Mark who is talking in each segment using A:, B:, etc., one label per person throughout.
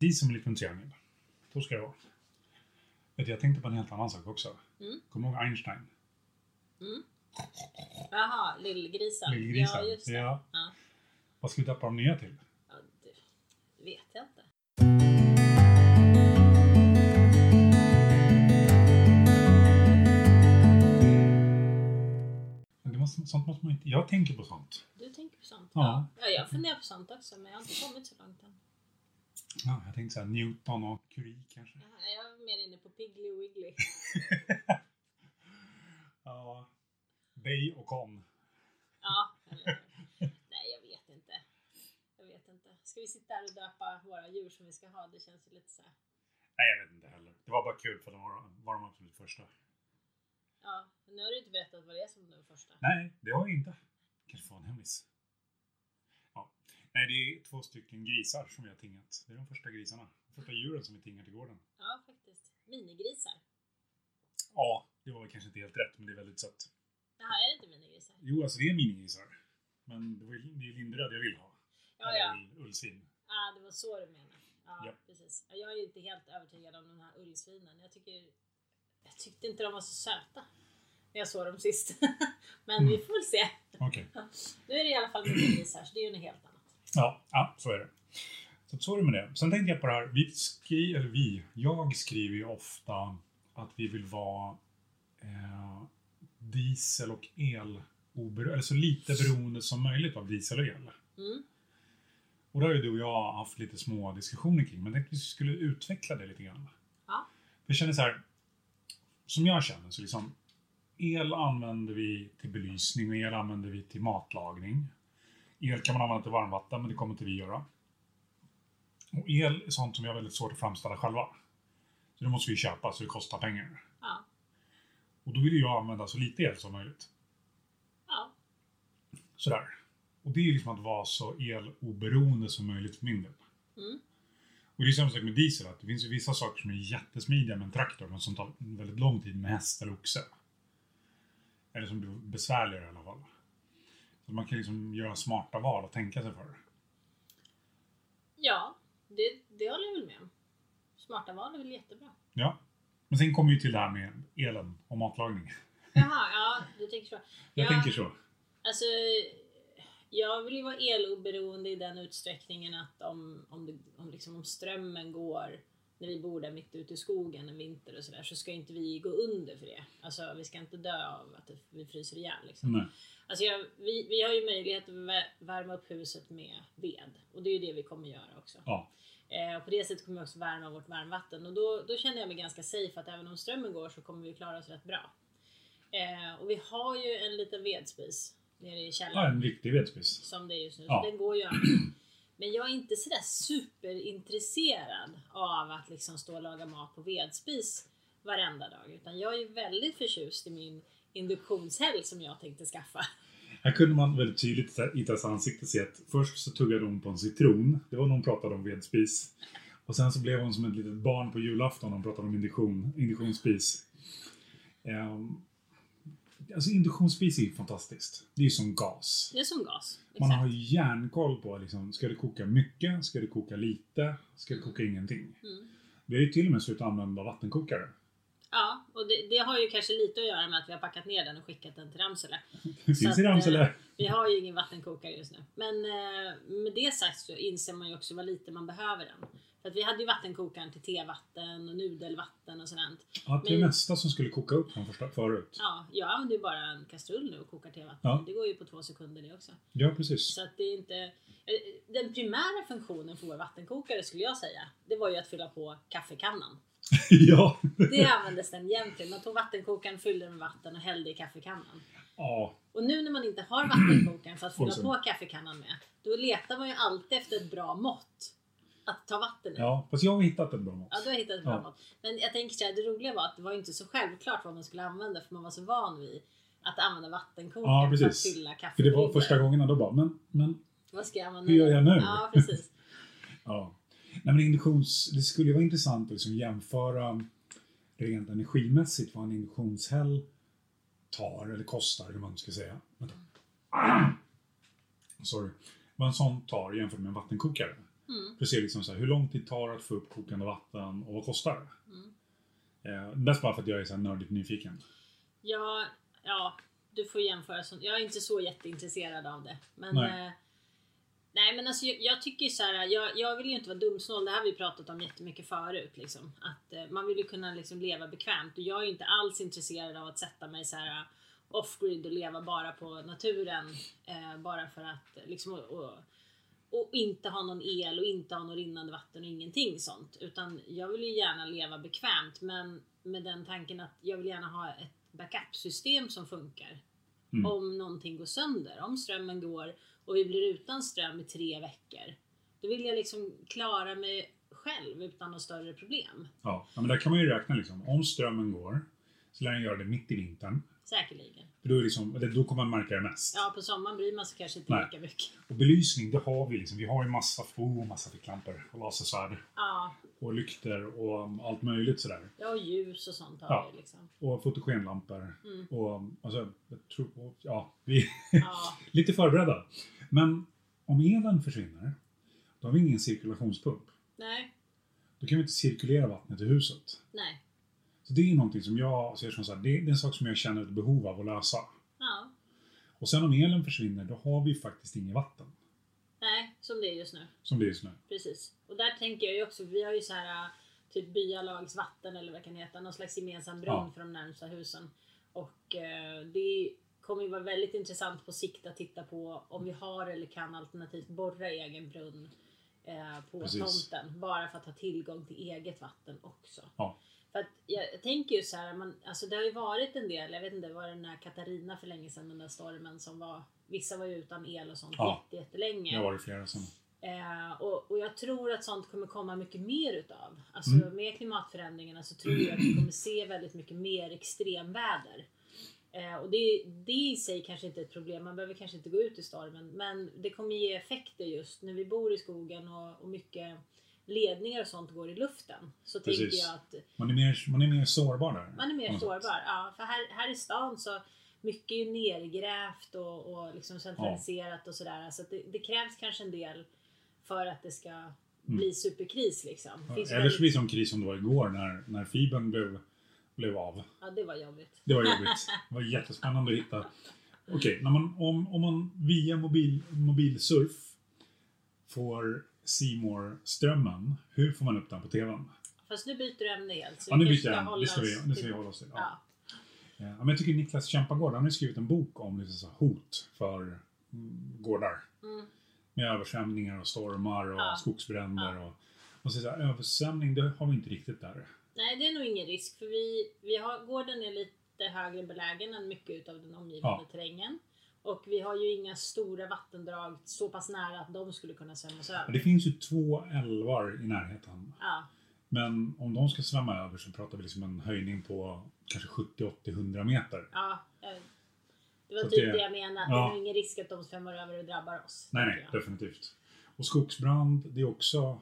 A: i som en liten triangel. Då ska det vara. Vet du, jag tänkte på en helt annan sak också.
B: Mm.
A: Kommer du ihåg Einstein?
B: Jaha, lillgrisen.
A: Lillgrisen.
B: Ja, just det.
A: Ja.
B: Ja.
A: Vad ska vi döpa de nya till?
B: Ja, det vet jag inte.
A: Men Det måste, sånt måste man inte... Jag tänker på sånt.
B: Du tänker på sånt?
A: Ja.
B: ja. Jag funderar på sånt också, men jag har inte kommit så långt än.
A: Ja, jag tänkte såhär Newton och Curie kanske.
B: Jaha, Jag är mer inne på Piggly Wiggly.
A: Ja. Bay och Con.
B: Ja, eller Nej, jag vet inte. Jag vet inte. Ska vi sitta här och döpa våra djur som vi ska ha? Det känns ju lite så här.
A: Nej, jag vet inte heller. Det var bara kul för de var, var de absolut första.
B: Ja, men nu har du inte berättat vad det är som den första.
A: Nej, det har jag inte. Kanske får en hemlis. Ja. Nej, det är två stycken grisar som vi har tingat. Det är de första grisarna. De första djuren som vi tingat i gården.
B: Ja, faktiskt. Minigrisar.
A: Ja, det var väl kanske inte helt rätt, men det är väldigt sött.
B: Jaha, är det inte minigrisar?
A: Jo, alltså det är minigrisar. Men det var ju- det är lindröd jag vill ha.
B: Ja, ja.
A: Eller ullsvin.
B: Ah, det var så du menade. Ja,
A: Ja.
B: precis. Ja, Jag är ju inte helt övertygad om de här ullsvinen. Jag, tycker, jag tyckte inte de var så söta när jag såg dem sist. Men vi
A: Mm.
B: får väl se.
A: Okej.
B: Nu är det i alla fall minigrisar, så det är ju något helt annat.
A: Ja, ja, så är det. Så, så är det med det. Sen tänkte jag på det här. Vi skri, eller vi, jag skriver ju ofta att vi vill vara eh, diesel och el obero- eller så lite beroende som möjligt av diesel och el.
B: Mm.
A: Och det har ju du och jag haft lite små diskussioner kring, men jag tänkte att vi skulle utveckla det lite grann.
B: Ja.
A: För jag känner så här, som jag känner så liksom, el använder vi till belysning och el använder vi till matlagning. El kan man använda till varmvatten, men det kommer inte vi göra. Och el är sånt som vi har väldigt svårt att framställa själva. Så det måste vi köpa, så det kostar pengar.
B: Ja.
A: Och då vill ju jag använda så lite el som möjligt.
B: Ja.
A: Sådär. Och det är liksom att vara så eloberoende som möjligt för min del.
B: Mm.
A: Och det är samma sak med diesel, att det finns ju vissa saker som är jättesmidiga med en traktor, men som tar väldigt lång tid med häst eller oxe. Eller som blir besvärligare i alla fall. Så man kan liksom göra smarta val och tänka sig för.
B: Ja, det, det håller jag väl med om. Smarta val är väl jättebra.
A: Ja. Men sen kommer ju till det här med elen och matlagning.
B: Jaha, ja, du tänker så.
A: Jag
B: Ja,
A: tänker så.
B: Alltså, jag vill ju vara eloberoende i den utsträckningen att om, om, det, om, liksom, om strömmen går när vi bor där mitt ute i skogen en vinter och sådär så ska inte vi gå under för det. Alltså vi ska inte dö av att vi fryser ihjäl liksom.
A: Nej.
B: Alltså jag, vi, vi har ju möjlighet att vä- värma upp huset med ved och det är ju det vi kommer göra också.
A: Ja.
B: Eh, och på det sättet kommer vi också värma vårt varmvatten och då, då känner jag mig ganska safe att även om strömmen går så kommer vi klara oss rätt bra. Eh, och vi har ju en liten vedspis nere i
A: ja,
B: källaren
A: en viktig vedspis.
B: som det är just nu,
A: Ja.
B: så den går ju an. Men jag är inte sådär superintresserad av att liksom stå och laga mat på vedspis varenda dag utan jag är ju väldigt förtjust i min induktionshäll som jag tänkte skaffa.
A: Här kunde man väldigt tydligt i Tess ansikte se att först så tuggade hon på en citron. Det var när hon pratade om vedspis. Och sen så blev hon som ett litet barn på julafton när hon pratade om induktion, induktionsspis. Ehm, alltså induktionsspis är ju fantastiskt. Det är ju som gas.
B: Det är som gas.
A: Man
B: Exakt.
A: har ju järnkoll på liksom, ska det koka mycket? Ska det koka lite? Ska det koka ingenting?
B: Mm.
A: Vi har ju till och med slutat använda vattenkokare.
B: Ja, och det, det har ju kanske lite att göra med att vi har packat ner den och skickat den till Ramsele.
A: Det
B: Så
A: finns
B: att, eh,
A: i Ramsele.
B: Vi har ju ingen vattenkokare just nu. Men eh, med det sagt så inser man ju också vad lite man behöver den. För att vi hade ju vattenkokaren till tevatten och nudelvatten och sånt.
A: Ja, till det
B: men-
A: mesta som skulle koka upp från första, förut.
B: Ja, jag använder ju bara en kastrull nu och kokar tevatten.
A: Ja.
B: Det går ju på två sekunder det också.
A: Ja, precis.
B: Så att det är inte... eh, Den primära funktionen för vår vattenkokare skulle jag säga, det var ju att fylla på kaffekannan.
A: ja.
B: Det användes den jämt till. Man tog vattenkokaren, fyllde den med vatten och hällde i kaffekannan.
A: ja.
B: Och nu när man inte har vattenkokaren för att fylla
A: Oj, så.
B: på kaffekannan med, då letar man ju alltid efter ett bra mått att ta vatten i. Ja.
A: Ja, fast jag har hittat ett bra mått.
B: du har hittat ett bra
A: Ja.
B: mått. Men jag tänker så här, det roliga var att det var ju inte så självklart vad man skulle använda för man var så van vid att använda vattenkokaren
A: Ja,
B: för att
A: precis.
B: fylla
A: För det
B: kaffebryggor.
A: var första gången jag då bara, men, men,
B: Vad ska jag använda?
A: Hur gör jag nu?
B: Ja, precis.
A: ja. Nej men induktions, det skulle ju vara intressant att liksom jämföra rent energimässigt vad en induktionshäll tar eller kostar, hur man ska säga. Vänta. Sorry. Vad en sån tar jämfört med en vattenkokare.
B: Mm.
A: För att se liksom så här, hur lång tid tar det att få upp kokande vatten och vad kostar det?
B: Mm.
A: Eh, mest bara för att jag är så här nördigt nyfiken.
B: Ja, ja, du får jämföra. Sånt. Jag är inte så jätteintresserad av det. Men,
A: Nej.
B: nej. Eh, nej, men alltså, jag, jag tycker ju så här, jag, jag vill ju inte vara dumsnål. Det här har vi pratat om jättemycket förut. Liksom. Att, eh, man vill ju kunna liksom, leva bekvämt. Och jag är ju inte alls intresserad av att sätta mig så här eh, off-grid och leva bara på naturen. Eh, bara för att eh, liksom, och, och, och inte ha någon el och inte ha något rinnande vatten och ingenting sånt. Utan jag vill ju gärna leva bekvämt men med den tanken att jag vill gärna ha ett backup-system som funkar.
A: Mm.
B: Om någonting går sönder, om strömmen går och vi blir utan ström i tre veckor. Då vill jag liksom klara mig själv utan några större problem.
A: Ja, ja, men där kan man ju räkna liksom. Om strömmen går, så lär den göra det mitt i vintern.
B: Säkerligen.
A: För då, är det liksom, eller då kommer man märka det mest.
B: Ja, på sommaren bryr man sig kanske inte
A: Nej.
B: lika mycket.
A: Och belysning, det har vi liksom. Vi har ju massa, oh, massa ficklampor och lasersvärd
B: Ja,
A: och lykter och um, allt möjligt sådär.
B: ja, och ljus och sånt har
A: Ja.
B: vi liksom.
A: Och fotogenlampor.
B: Mm.
A: Och um, alltså, jag tror, ja, vi är
B: Ja,
A: lite förberedda. Men om elen försvinner, då har vi ingen cirkulationspump.
B: nej,
A: Då kan vi inte cirkulera vattnet i huset.
B: nej.
A: Så det är någonting som jag ser som så här, det, det är en sak som jag känner ett behov av att lösa.
B: Ja,
A: Och sen om elen försvinner, då har vi faktiskt inget vatten.
B: nej, som det är just nu.
A: Som det är just nu.
B: Precis. Och där tänker jag ju också, vi har ju så här äh, typ byalagsvatten eller vad det kan heta, någon slags gemensam brunn
A: Ja.
B: för de närmsta husen. Och eh, det kommer ju vara väldigt intressant på sikt att titta på om vi har eller kan alternativt borra i egen brunn eh, på
A: Precis.
B: tomten. Bara för att ha tillgång till eget vatten också.
A: Ja.
B: För att jag tänker ju så här, man, alltså det har ju varit en del, jag vet inte, det var den här Katarina för länge sedan, den där stormen som var, vissa var ju utan el och sånt
A: Ja.
B: jätte, jättelänge.
A: Det har varit flera som...
B: Eh, och, och jag tror att sånt kommer komma mycket mer utav. Alltså
A: Mm.
B: med klimatförändringarna så tror jag att vi kommer se väldigt mycket mer extremväder. Eh, och det, det i sig kanske inte är ett problem, man behöver kanske inte gå ut i stormen. Men det kommer ge effekter just när vi bor i skogen och, och mycket ledningar och sånt går i luften. Så tänker
A: Precis.
B: jag att
A: Man är mer, man är mer sårbar där.
B: man är
A: på
B: mer
A: något sätt.
B: sårbar. Ja, för här, här i stan så mycket är ju nergrävt och, och liksom centraliserat och sådär. Så att det, det krävs kanske en del för att det ska bli superkris liksom. Det
A: Mm. Ja,
B: finns
A: Eller så
B: väldigt-
A: blir det som kris som det var igår när, när fibern blev, blev av.
B: Ja, det var jobbigt.
A: Det var jobbigt. Det var jättespännande att hitta. Okej, när man, om, om man via mobil, mobilsurf får more strömmen hur får man upp den på TVn?
B: Fast nu byter du ämne helt. Så
A: Ja, nu
B: kanske
A: byter jag
B: ska
A: ämne.
B: hålla
A: Det ska vi,
B: oss
A: det
B: till-
A: ska vi hålla oss till. Ja.
B: Ja.
A: Ja, men jag tycker Niklas Kämpagård, han har ju skrivit en bok om lite så här hot för mm, gårdar.
B: Mm.
A: Med översvämningar och stormar och
B: Ja.
A: skogsbränder. Och, och så, så här, översvämning, det har vi inte riktigt där.
B: Nej, det är nog ingen risk för vi, vi har, gården är lite högre belägen än mycket av den omgivande
A: Ja.
B: terrängen. Och vi har ju inga stora vattendrag så pass nära att de skulle kunna svämmas
A: Ja,
B: över.
A: Det finns ju två älvar i närheten.
B: Ja,
A: Men om de ska svämma över så pratar vi liksom en höjning på kanske 70, 80, 100 meter.
B: Ja, eh, det var
A: Så
B: typ
A: det-
B: det jag menade. Det
A: ja.
B: är nog ingen risk att de svämmar över och drabbar oss.
A: Nej,
B: tänker
A: nej, definitivt. Och skogsbrand, det är också...
B: jag.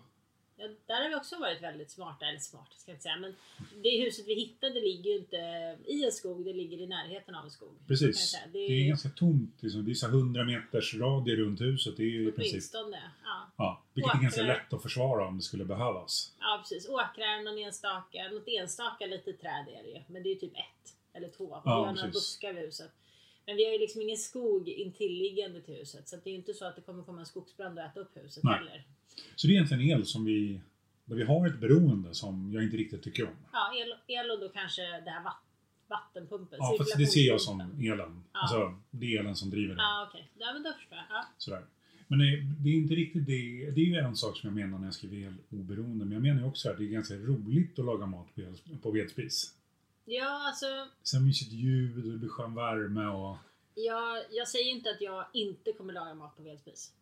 B: Ja, där har vi också varit väldigt smarta, eller smarta ska jag inte säga. Men det huset vi hittade ligger ju inte i en skog, det ligger i närheten av en skog. kan jag
A: Precis.
B: säga.
A: Det
B: Det är-
A: är, ganska tomt. Liksom. Det är så här 100 meters radie runt huset. Det är ju i princip...
B: Åtminstone. Ja.
A: Ja, vilket är ganska
B: Åkrar.
A: lätt att försvara om det skulle behövas.
B: ja, precis. Åkrar, någon enstaka, något enstaka litet träd är det ju. Men det är ju typ ett eller två. Vi
A: Ja,
B: har några
A: precis.
B: buskar vid huset. Men vi har ju liksom ingen skog intilliggande till huset. Så att det är ju inte så att det kommer komma en skogsbrand och äta upp huset
A: Nej.
B: heller.
A: Så det är egentligen el som vi... Där vi har ett beroende som jag inte riktigt tycker om.
B: Ja, el, el och då kanske det här vat, vattenpumpen.
A: Ja, fast det ser jag som
B: cirkulationspumpen.
A: elen.
B: Ja.
A: Alltså, det är elen som driver det.
B: Ja, okej. Ja, men då förstår jag. Ja.
A: Sådär. Men det, det är inte riktigt det. Det är ju en sak som jag menar när jag skriver el oberoende. Men jag menar ju också att det är ganska roligt att laga mat på, el, på vedspis.
B: ja, alltså.
A: Så här mysigt ljud och det blir skön värme och...
B: Jag, jag säger inte att jag inte kommer laga mat på vedspis.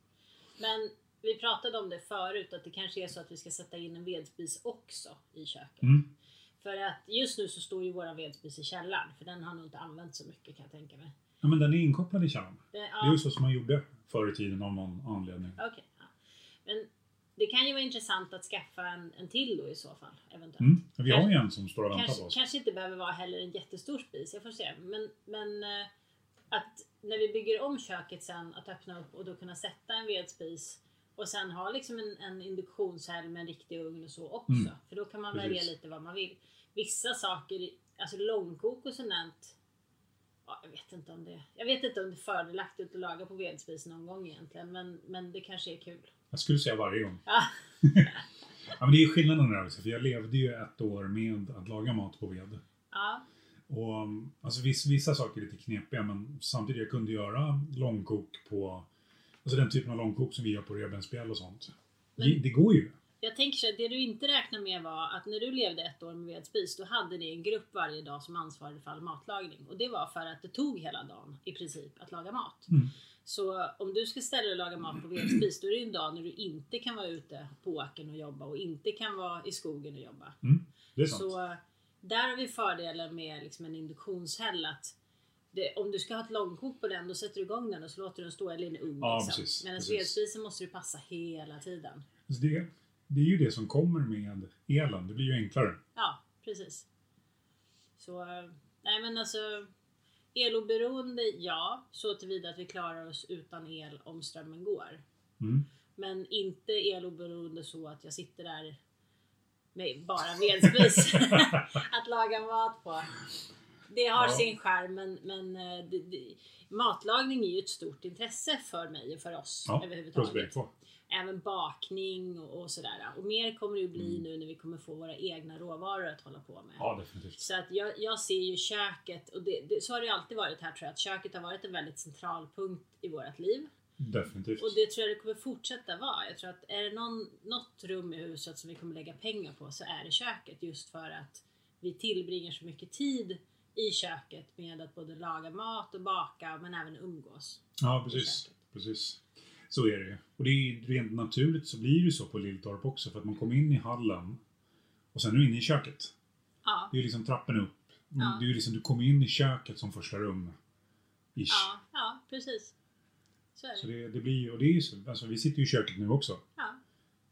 B: Men vi pratade om det förut, att det kanske är så att vi ska sätta in en vedspis också i köket.
A: Mm.
B: För att just nu så står ju våran vedspis i källaren, för den har nog inte använts så mycket kan jag tänka mig.
A: Ja, men den är inkopplad i kärnan.
B: Det,
A: Det är
B: ja,
A: ju så som man gjorde förr i tiden av någon anledning.
B: okej. ja. Men det kan ju vara intressant att skaffa en, en till då i så fall, eventuellt.
A: Mm. Vi har ju en som står och väntar på
B: kanske,
A: oss.
B: kanske inte behöver vara heller en jättestor spis, jag får se. Men, men eh, att när vi bygger om köket sen, att öppna upp och då kunna sätta en vedspis Och sen ha liksom en, en induktionshärd med en riktig ugn och så också.
A: Mm.
B: För då kan man
A: Precis.
B: välja lite vad man vill. Vissa saker, alltså långkok och sånt där, ja, jag vet inte om det Jag vet inte om det är fördelaktigt att laga på vedspis någon gång egentligen. Men, men det kanske är kul.
A: Jag skulle säga varje gång.
B: Ja.
A: Ja, men det är skillnaden där också, för jag levde ju ett år med att laga mat på ved.
B: Ja,
A: Och, um, alltså, vissa, vissa saker är lite knepiga, men samtidigt jag kunde göra långkok på... Alltså den typen av långkok som vi gör på rödbensspjäll och sånt.
B: Men-
A: Det, det går ju.
B: Jag tänker så att det du inte räknar med var att när du levde ett år med vedspis, då hade ni en grupp varje dag som ansvarade för all matlagning. Och det var för att det tog hela dagen i princip att laga mat.
A: Mm.
B: Så om du ska ställa dig och laga mat på vedspis, då är det ju en dag när du inte kan vara ute på åkern och jobba och inte kan vara i skogen och jobba.
A: Det är sant.
B: Så där har vi fördelen med liksom en induktionshäll. Att det, om du ska ha ett långkok på den, då sätter du igång den och så låter du den stå i en ugn.
A: Ja,
B: liksom.
A: precis,
B: Medan
A: precis.
B: vedspisen måste du passa hela tiden.
A: Så Alltså, det, det är ju det som kommer med elen. Det blir ju enklare.
B: Ja, precis. Så, eh, nej men alltså eloberoende, ja, så tillvida att vi klarar oss utan el om strömmen går.
A: Mm.
B: Men inte eloberoende så att jag sitter där med bara vedspis att laga mat på. Det har
A: Ja.
B: sin skärm men, men eh, det, det, matlagning är ju ett stort intresse för mig och för oss
A: Ja, plus
B: överhuvudtaget
A: bägge två.
B: även bakning och, och sådär. Och mer kommer det ju bli nu när vi kommer få våra egna råvaror att hålla på med.
A: Mm. Ja, definitivt.
B: Så att jag, jag ser ju köket, och det, det, så har det ju alltid varit här tror jag, att köket har varit en väldigt central punkt i vårt liv.
A: Definitivt.
B: Och det tror jag det kommer fortsätta vara. Jag tror att är det någon, något rum i huset som vi kommer lägga pengar på så är det köket. Just för att vi tillbringar så mycket tid i köket med att både laga mat och baka men även umgås.
A: Ja, precis.
B: Säkert.
A: precis. Så är det ju. Och det är ju rent naturligt så blir det ju så på Lilltorp också. För att man kommer in i hallen och sen är du inne i köket.
B: Ja,
A: Det är liksom trappen upp. Men
B: Ja.
A: Det är ju liksom, du kommer in i köket som första rum. Ish.
B: ja, ja precis. Så är
A: Så
B: det.
A: det, det blir och det är ju så. Alltså, vi sitter ju i köket nu också.
B: Ja.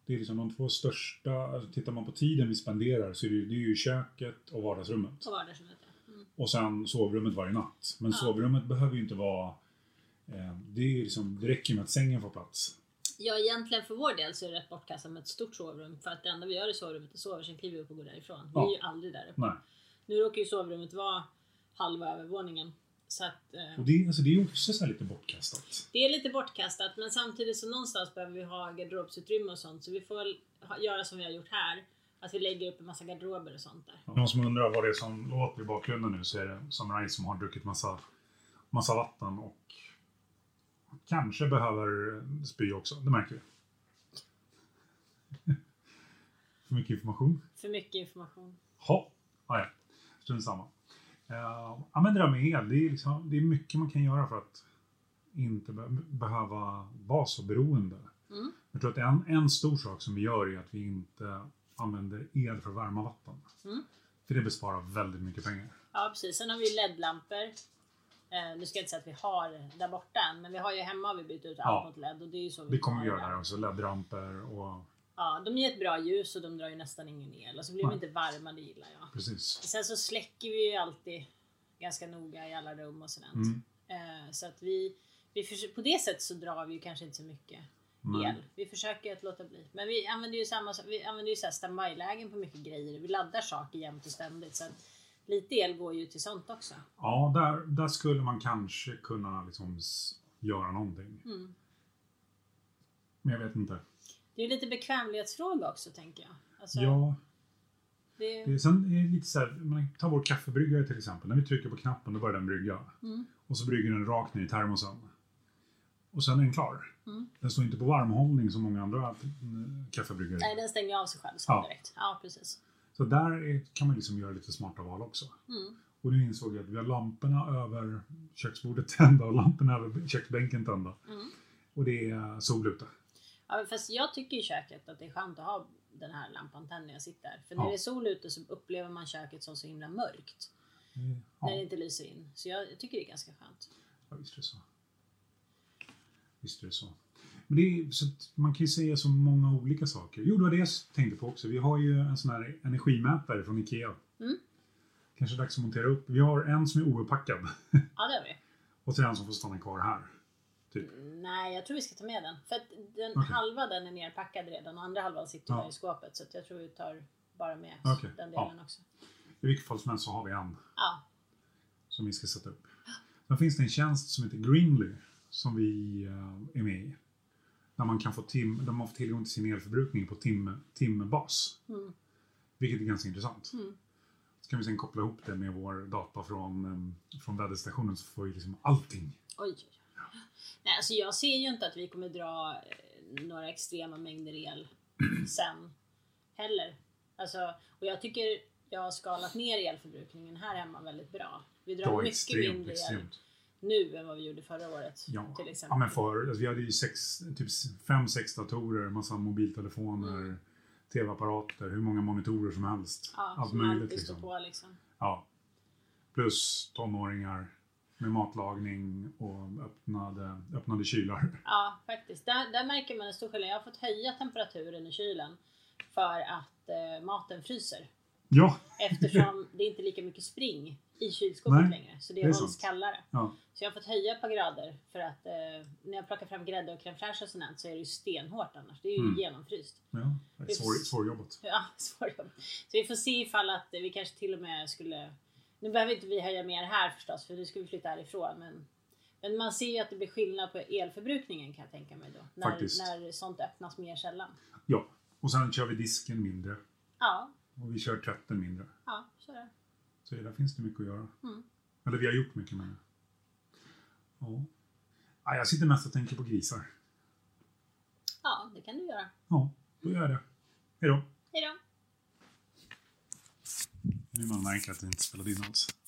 A: Det är liksom de två största, alltså, tittar man på tiden vi spenderar så är det, ju- det är ju köket och vardagsrummet.
B: På vardagsrummet ja. Mm.
A: Och sen sovrummet varje natt. Men
B: Ja.
A: sovrummet behöver ju inte vara... Eh, det, är ju liksom, det räcker ju med att sängen får plats.
B: Ja egentligen för vår del så är det rätt bortkastat med ett stort sovrum för att det enda vi gör i sovrummet är sover, sen kliver vi upp och går därifrån. Vi
A: Ja.
B: är ju aldrig där uppe.
A: Nej.
B: Nu råkar ju sovrummet vara halva övervåningen. Så att, eh,
A: Och det, alltså, det är ju också så här lite bortkastat.
B: det är lite bortkastat men samtidigt så någonstans behöver vi ha garderobsutrymme och sånt så vi får väl ha, göra som vi har gjort här. Att vi lägger upp en massa garderober och sånt där.
A: Någon som undrar vad det är som låter i bakgrunden nu så är det Samurai som har druckit massa, massa vatten och kanske behöver spy också. Det märker vi. För mycket information.
B: För mycket information.
A: Ja, ah, ja. Strunt samma. Eh, ja, men det där med el, det är, liksom, det är mycket man kan göra för att inte be- behöva vara så beroende.
B: Mm.
A: Jag tror att en, en stor sak som vi gör är att vi inte använder el för att värma vatten.
B: Mm.
A: För det besparar väldigt mycket pengar.
B: Ja precis, sen har vi LED-lampor. Eh, nu ska jag inte säga att vi har där borta än men vi har ju hemma har vi bytt ut allt
A: Ja.
B: mot LED och det är ju så
A: Det kommer vi
B: har
A: göra
B: det.
A: här också, LED-ramper och
B: Ja, de ger ett bra ljus och de drar ju nästan ingen el. Och så blir de
A: Nej.
B: inte varma, det gillar jag.
A: precis.
B: Sen så släcker vi ju alltid ganska noga i alla rum och sådant.
A: Mm.
B: Eh, så att vi, vi förs- på det sättet så drar vi ju kanske inte så mycket
A: Men-
B: el. Vi försöker att låta bli. Men vi använder ju samma sak- vi använder ju så här standby-lägen på mycket grejer. Vi laddar saker jämt och ständigt. Så att lite el går ju till sånt också.
A: Ja, där, där skulle man kanske kunna liksom s- göra någonting.
B: Mm.
A: Men jag vet inte.
B: Det är ju lite bekvämlighetsfråga också tänker jag. Alltså,
A: Ja,
B: det,
A: det, Eh, sen är det lite så här, man tar vår kaffebryggare till exempel. När vi trycker på knappen då börjar den brygga.
B: Mm.
A: Och så brygger den rakt ner i termosen. Och sen är den klar.
B: Mm.
A: Den står inte på varmhållning som många andra mm, kaffebryggare
B: nej,
A: gör.
B: den stänger ju av sig själv så
A: Ja.
B: direkt. Ja, precis.
A: Så där är, kan man liksom göra lite smarta val också.
B: Mm.
A: Och nu insåg jag att vi har lamporna över köksbordet tända och lamporna över köksbänken tända.
B: Mm.
A: Och det är sol ute.
B: Ja, men fast jag tycker i köket att det är skönt att ha den här lampan tänd när jag sitter. För
A: Ja.
B: när det är sol ute så upplever man köket som så himla mörkt.
A: Mm,
B: När det
A: Ja,
B: inte lyser in. Så jag, jag tycker det är ganska skönt.
A: ja, visst är det så. Visst är det så. Men det är, så att man kan ju säga så många olika saker. Jo, det var det jag tänkte på också. Vi har ju en sån här energimätare från Ikea.
B: Mm.
A: Kanske dags att montera upp. Vi har en som är ouppackad
B: Ja, det har vi.
A: och så en som får stanna kvar här. Typ.
B: Nej, jag tror vi ska ta med den. För att den
A: Okej.
B: halva den är nerpackad redan och andra halvan sitter
A: Ja.
B: där i skåpet. Så att jag tror vi tar bara med
A: Okej,
B: den
A: ja.
B: delen också.
A: I vilket fall som helst så har vi en
B: Ja,
A: som vi ska sätta upp. Sen finns det en tjänst som heter Greenly som vi eh, är med i. Där man kan få tim- där man får tillgång till sin elförbrukning på tim- timbas.
B: Mm.
A: Vilket är ganska intressant.
B: Mm.
A: Så kan vi sen koppla ihop det med vår data från, eh, från väderstationen så får vi liksom allting.
B: oj. oj, oj. Nej, alltså jag ser ju inte att vi kommer dra eh, några extrema mängder el sen heller. Alltså, och jag tycker jag har skalat ner elförbrukningen här hemma väldigt bra. Vi
A: Det
B: drar
A: var
B: mycket
A: extremt,
B: mindre el
A: extremt.
B: nu än vad vi gjorde förra året.
A: Ja,
B: Till exempel.
A: ja men för, alltså, vi hade ju sex, typ fem, sex datorer, massa mobiltelefoner,
B: Mm.
A: tv-apparater, hur många monitorer som helst.
B: ja,
A: Allt
B: som
A: möjligt
B: alltid
A: liksom.
B: står på liksom.
A: Ja. Plus tonåringar med matlagning och öppnade, öppnade kylar.
B: Ja, faktiskt. Där, där märker man en stor skillnad. Jag har fått höja temperaturen i kylen för att eh, maten fryser.
A: Ja,
B: Eftersom det inte är lika mycket spring i kylskåpet
A: Nej,
B: längre. Så det,
A: det är
B: hålls
A: sant.
B: kallare.
A: ja.
B: Så jag har fått höja ett par grader för att eh, när jag plockar fram grädde och crème fraîche och sånt här så är det ju stenhårt annars. Det är ju
A: Mm.
B: genomfryst.
A: ja. det är Svår, svårjobbat.
B: Ja, svårjobbat. Så vi får se ifall att vi kanske till och med skulle... Nu behöver inte vi höja mer här förstås, för nu ska vi flytta härifrån. Men, men man ser ju att det blir skillnad på elförbrukningen kan jag tänka mig då. När,
A: Faktiskt.
B: när sånt öppnas mer sällan.
A: Ja, och sen kör vi disken mindre
B: Ja,
A: och vi kör tvätten mindre.
B: ja, så är det.
A: Så där finns det mycket att göra.
B: Mm.
A: Eller vi har gjort mycket med det. Ja. Ja, jag sitter mest och tänker på grisar.
B: Ja, det kan du göra.
A: Ja, då gör jag det. Hej då.
B: Hej då!
A: Nu man märker att det inte spelade in alls.